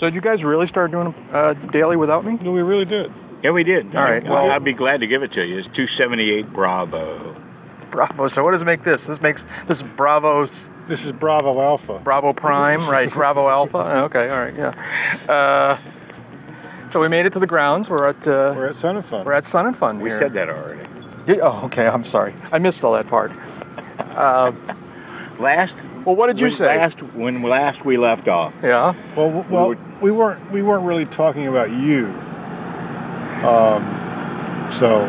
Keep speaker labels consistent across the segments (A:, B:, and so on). A: So you guys really started doing uh, daily without me?
B: No, we really did.
C: Yeah, we did.
A: All right,
C: Well,
A: well-
C: I'd be glad to give it to you. It's 278 Bravo.
A: Bravo. So what does it make this? This makes this is Bravo's
B: This is Bravo Alpha.
A: Bravo Prime, right? Bravo Alpha. Okay, all right, yeah. Uh, so we made it to the grounds. We're at uh,
B: We're at Sun and Fun.
A: we're at Sun and Fun
C: We
A: here.
C: said that already.
A: Did- oh, okay. I'm sorry. I missed all that part. Uh,
C: Last.
A: well, what did you
C: when
A: say?
C: Last when last we left off.
A: yeah.
B: Well, w- well,
C: We
B: we weren't we weren't really talking about you. Um, so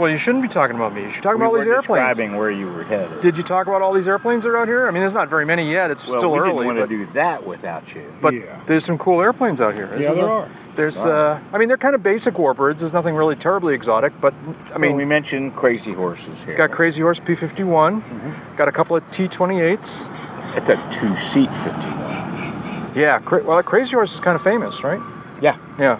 A: Well, you shouldn't be talking about me. You should talk about all
C: we
A: these
C: were
A: airplanes.
C: describing where you were headed.
A: Did you talk about all these airplanes that are out here? I mean, there's not very many yet. It's
C: well,
A: still
C: we
A: early,
C: didn't want
A: but,
C: to do that without you.
A: but
B: yeah,
A: there's some cool airplanes out here.
B: yeah,
A: This is
B: there
A: a-
B: are.
A: There's,
C: Wow.
A: uh, I mean, they're kind of basic warbirds. There's nothing really terribly exotic, but I mean,
C: we mentioned crazy horses here.
A: got Crazy Horse P51,
C: Mhm.
A: got a couple of T28s.
C: That's a two-seat 51.
A: Yeah, cra- well, Crazy Horse is kind of famous, right?
C: Yeah.
A: Yeah,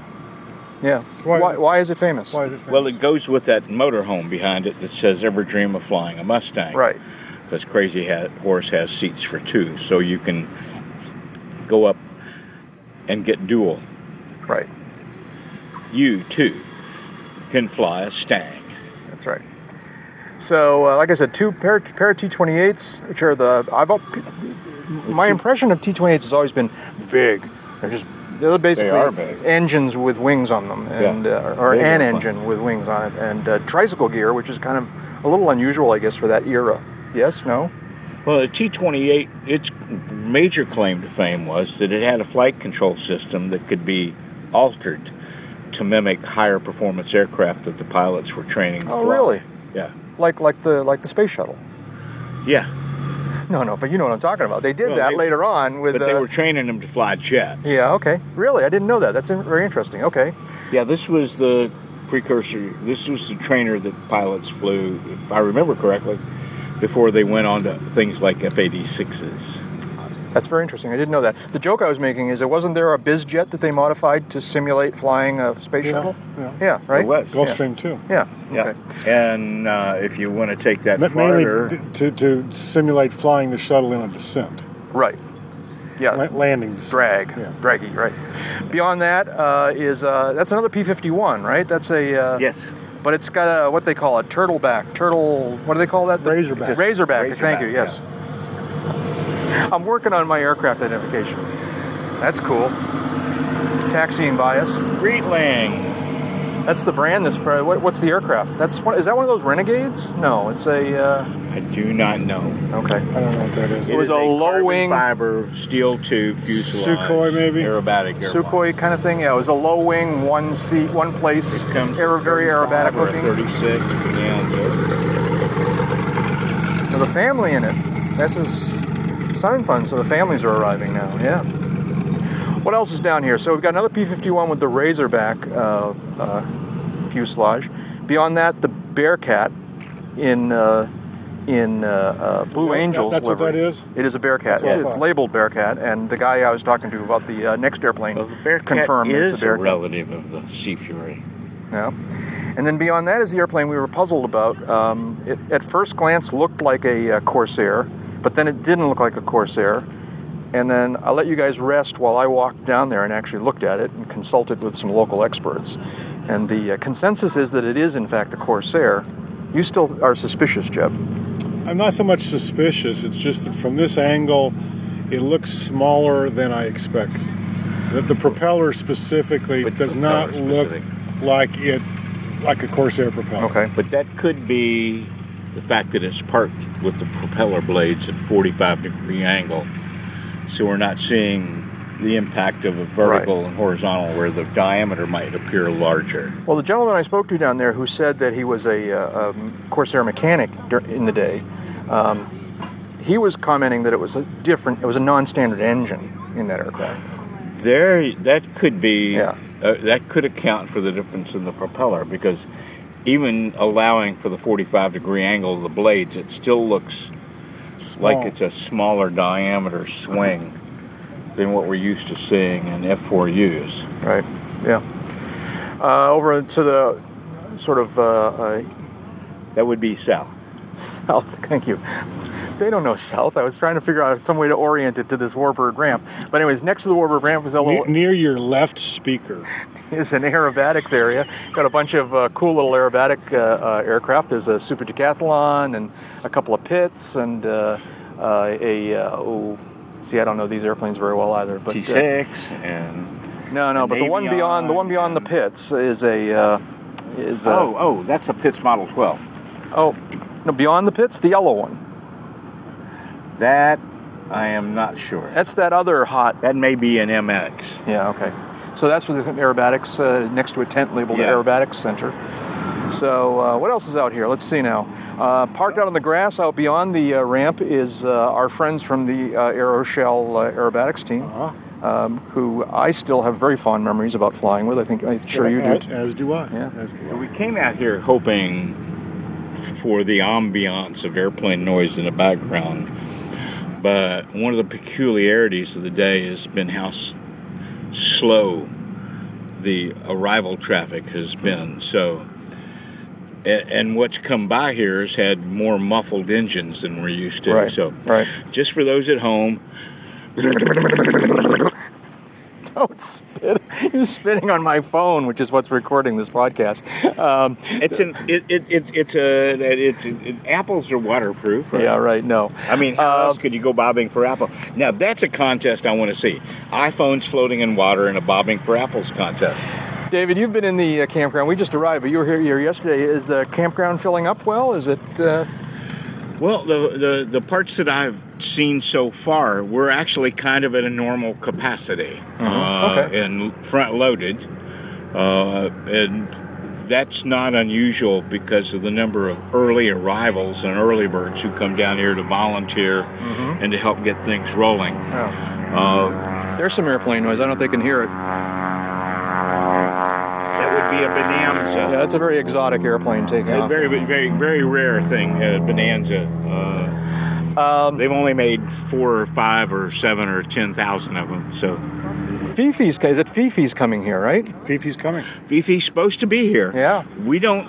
A: yeah.
B: Why-
A: Why? Why is it famous?
B: Why is it?
C: Well, it goes with that motorhome behind it that says "Ever Dream of Flying a Mustang."
A: Right.
C: because Crazy ha- Horse has seats for two, so you can go up and get dual.
A: Right.
C: You too can fly a Stang.
A: That's right. So, uh, like I said, two pair, pair of T28s, which are the. I've, al- my impression of T28s has always been big. They're just they're basically
C: are big.
A: engines with wings on them, and uh, or
C: Big
A: an
C: airplane.
A: engine with wings on it, and uh, tricycle gear, which is kind of a little unusual, I guess, for that era. Yes, no,
C: Well, the T28, its major claim to fame was that it had a flight control system that could be altered to mimic higher performance aircraft that the pilots were training. to
A: oh
C: fly.
A: really?
C: Yeah.
A: Like like the like the space shuttle.
C: Yeah,
A: No, no, but you know what I'm talking about. They did
C: Well,
A: that
C: they-
A: later on with.
C: but they
A: uh,
C: were training them to fly jet.
A: yeah. Okay. Really, I didn't know that. That's in- very interesting. Okay.
C: Yeah, this was the precursor. This was the trainer that pilots flew, if I remember correctly, before they went on to things like F-86s.
A: That's very interesting. I didn't know that. The joke I was making is, it wasn't there a biz jet that they modified to simulate flying a space
B: Yeah,
A: shuttle?
B: yeah.
A: Yeah, right.
C: It was.
B: Gulfstream too.
A: Yeah.
C: Yeah.
A: Okay.
C: And uh, if you want to take that
B: Ma- Mainly
C: farther,
B: d- to to simulate flying the shuttle in a descent,
A: Right. Yeah.
B: la- landing. descent.
A: Drag.
B: Yeah.
A: Draggy. Right. Beyond that uh, is uh, that's another P51, right? That's a. Uh,
C: yes,
A: But it's got a what they call a turtle back, turtle. What do they call that? The-
B: Razorback.
A: Razorback. Thank
C: Razorback,
A: you. Yes. I'm working on my aircraft identification. That's cool. Taxiing by us.
C: Breitling.
A: That's the brand. That's pro- what, what's the aircraft? That's one, is that one of those Renegades? No, it's a. Uh,
C: I do not know.
A: okay.
B: I don't know what that is.
A: It was
C: is
A: a low
C: carbon
A: wing-
C: fiber steel tube fuselage,
B: Sukhoi, maybe?
C: aerobatic airline.
A: Sukhoi kind of thing. Yeah, it was a low wing, one seat, one place.
C: It comes
A: aero- very aerobatic
C: 35 or
A: looking.
C: 36. Yeah,
A: With a family in it. That's his son and fun. So the families are arriving now. Yeah. What else is down here? So we've got another P-51 with the Razorback uh, uh, fuselage. Beyond that, the Bearcat in uh, in uh, uh, Blue
B: That-
A: Angels
B: That's what
A: livery.
B: that is.
A: It is a Bearcat.
B: That's what I
A: It's
B: thought.
A: labeled Bearcat, and the guy I was talking to about the uh, next airplane
C: well, the Bearcat
A: confirmed
C: is
A: it's a Bearcat.
C: a relative of the Sea Fury.
A: Yeah. And then beyond that is the airplane we were puzzled about. Um, it at first glance looked like a uh, Corsair, but then it didn't look like a Corsair. And then I let you guys rest while I walked down there and actually looked at it and consulted with some local experts. And the uh, consensus is that it is in fact a Corsair. You still are suspicious, Jeb.
B: I'm not so much suspicious. It's just that from this angle, it looks smaller than I expect. The, the propeller specifically
C: But
B: does not
C: propeller
B: look
C: specific.
B: like it, like a Corsair propeller.
A: Okay.
C: But that could be the fact that it's parked with the propeller blades at 45 degree angle, so we're not seeing the impact of a vertical and horizontal where the diameter might appear larger.
A: Well, the gentleman I spoke to down there who said that he was a, uh, um Corsair mechanic dur- in the day, um, he was commenting that it was a different, it was a non-standard engine in that aircraft.
C: There, that could be
A: Yeah.
C: uh, that could account for the difference in the propeller because even allowing for the 45 degree angle of the blades, it still looks like
B: Oh.
C: it's a smaller diameter swing than what we're used to seeing in F4Us.
A: Right. Yeah. Uh, over to the sort of uh, uh,
C: That would be south.
A: south. Thank you. They don't know south. I was trying to figure out some way to orient it to this Warbird ramp. But anyways, next to the Warbird ramp is a little
B: Ne- near your left speaker.
A: is an aerobatics area. Got a bunch of uh, cool little aerobatic uh, uh, aircraft. There's a Super Decathlon and a couple of pits and uh, uh, a uh, oh, see, I don't know these airplanes very well either. But uh,
C: T6 and
A: No, no,
C: And
A: but the one beyond the one beyond the
C: Avion
A: pits is a uh, is a,
C: oh oh that's a Pitts Model 12.
A: oh no beyond the pits the yellow one.
C: That I am not sure.
A: That's that other hot.
C: That may be an MX.
A: Yeah, okay. So that's where the aerobatics uh, next to a tent labeled
C: Yeah.
A: aerobatics center. So uh, what else is out here? Let's see now. Uh, parked out on the grass out beyond the uh, ramp is uh, our friends from the uh, Aeroshell uh, aerobatics team,
B: Uh-huh.
A: um, who I still have very fond memories about flying with. I think I'm sure you do.
B: As, as do I.
A: Yeah.
B: As do I.
C: We came out here hoping for the ambiance of airplane noise in the background, but one of the peculiarities of the day has been how s- slow the arrival traffic has been. So, a- and what's come by here has had more muffled engines than we're used to.
A: Right.
C: So,
A: Right.
C: just for those at home,
A: Don't spit. You're spitting on my phone, which is what's recording this podcast. Um,
C: it's an it, it, it it's a it's it, apples are waterproof. right?
A: yeah, right. No,
C: I mean, how
A: Uh,
C: else could you go bobbing for apple? Now that's a contest I want to see. iPhones floating in water in a bobbing for apples contest.
A: David, you've been in the uh, campground. We just arrived, but you were here, here yesterday. Is the campground filling up well? Is it? Uh,
C: Well, the the the parts that I've seen so far were actually kind of at a normal capacity uh,
A: Okay.
C: and front loaded, uh, and that's not unusual because of the number of early arrivals and early birds who come down here to volunteer and to help get things rolling.
A: Oh.
C: Uh,
A: There's some airplane noise. I don't know if they can hear it.
C: that would be a bonanza.
A: Yeah, that's a very exotic airplane taking
C: A
A: off.
C: very, very, very rare thing, uh, Bonanza. Uh,
A: Um,
C: they've only made four or five or seven or ten thousand of them. So
A: Fifi's. Is it Fifi's coming here? Right?
B: Fifi's coming.
C: Fifi's supposed to be here.
A: Yeah.
C: We don't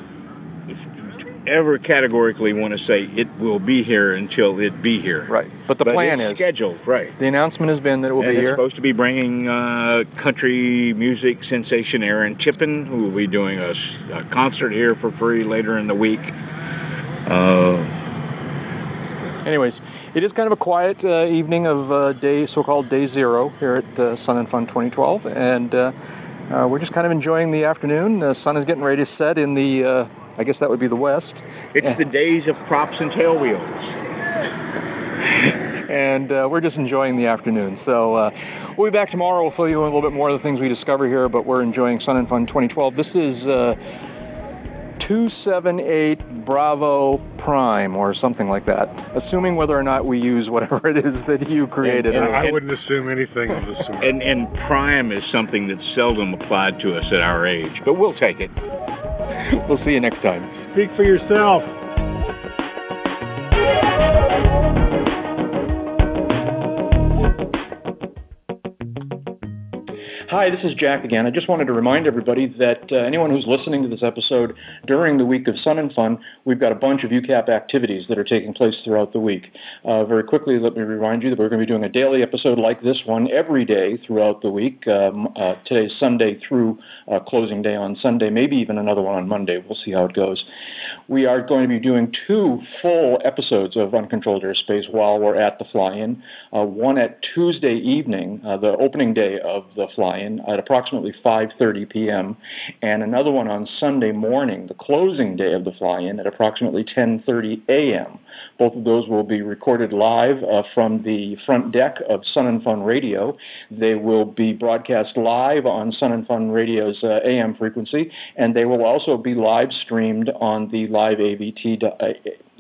C: ever categorically want to say it will be here until it be here.
A: Right. But the
C: But
A: plan
C: it's
A: is.
C: scheduled, right?
A: The announcement has been that it will
C: and
A: be
C: it's
A: here.
C: supposed to be bringing uh, country music sensation Aaron Tippin, who will be doing a, s- a concert here for free later in the week. Uh,
A: Anyways, it is kind of a quiet uh, evening of uh, day, so-called day zero here at uh, Sun and Fun 2012, and uh, uh, we're just kind of enjoying the afternoon. The sun is getting ready to set in the, uh, I guess that would be the west,
C: It's
A: Yeah.
C: the days of props and tail wheels.
A: and uh, we're just enjoying the afternoon. So uh, we'll be back tomorrow. We'll fill you in with a little bit more of the things we discover here, but we're enjoying Sun and Fun 2012. This is uh, 278 Bravo Prime or something like that, assuming whether or not we use whatever it is that you created.
C: And-
B: I wouldn't assume anything of the sort.
C: And and prime is something that's seldom applied to us at our age, but we'll take it.
A: we'll see you next time.
B: Speak for yourself.
A: Hi, this is Jack again. I just wanted to remind everybody that uh, anyone who's listening to this episode during the week of Sun and Fun, we've got a bunch of UCAP activities that are taking place throughout the week. Uh, very quickly, let me remind you that we're going to be doing a daily episode like this one every day throughout the week. Um, uh, today's Sunday through uh, closing day on Sunday, maybe even another one on Monday. We'll see how it goes. We are going to be doing two full episodes of Uncontrolled Airspace while we're at the fly in. Uh, one at Tuesday evening, uh, the opening day of the fly in, at approximately 5.30 p.m., and another one on Sunday morning, the closing day of the fly in, at approximately 10.30 a.m. Both of those will be recorded live uh, from the front deck of Sun and Fun Radio. They will be broadcast live on Sun and Fun Radio's uh, AM frequency, and they will also be live streamed on the live AVT. do- Uh,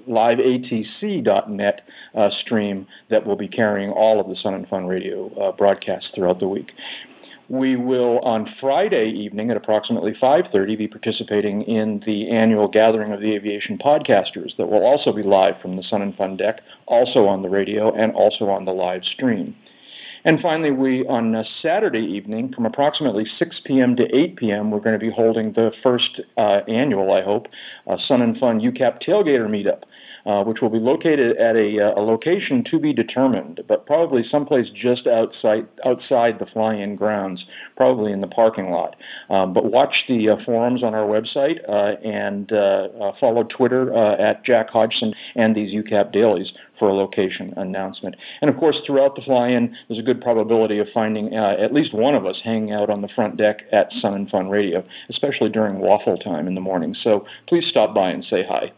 A: liveatc.net uh, stream that will be carrying all of the Sun and Fun Radio uh, broadcasts throughout the week. We will on Friday evening at approximately 5:30 be participating in the annual gathering of the aviation podcasters that will also be live from the Sun and Fun deck, also on the radio and also on the live stream. And finally, we on uh, Saturday evening from approximately 6 p.m. to 8 p.m. we're going to be holding the first uh, annual, I hope, uh, Sun and Fun UCAP tailgater meetup. Uh, which will be located at a, uh, a location to be determined, but probably someplace just outside outside the fly-in grounds, probably in the parking lot. Um, but watch the uh, forums on our website uh, and uh, follow Twitter uh, at Jack Hodgson and these UCAP dailies for a location announcement. And of course, throughout the fly-in, there's a good probability of finding uh, at least one of us hanging out on the front deck at Sun and Fun Radio, especially during waffle time in the morning. So please stop by and say hi.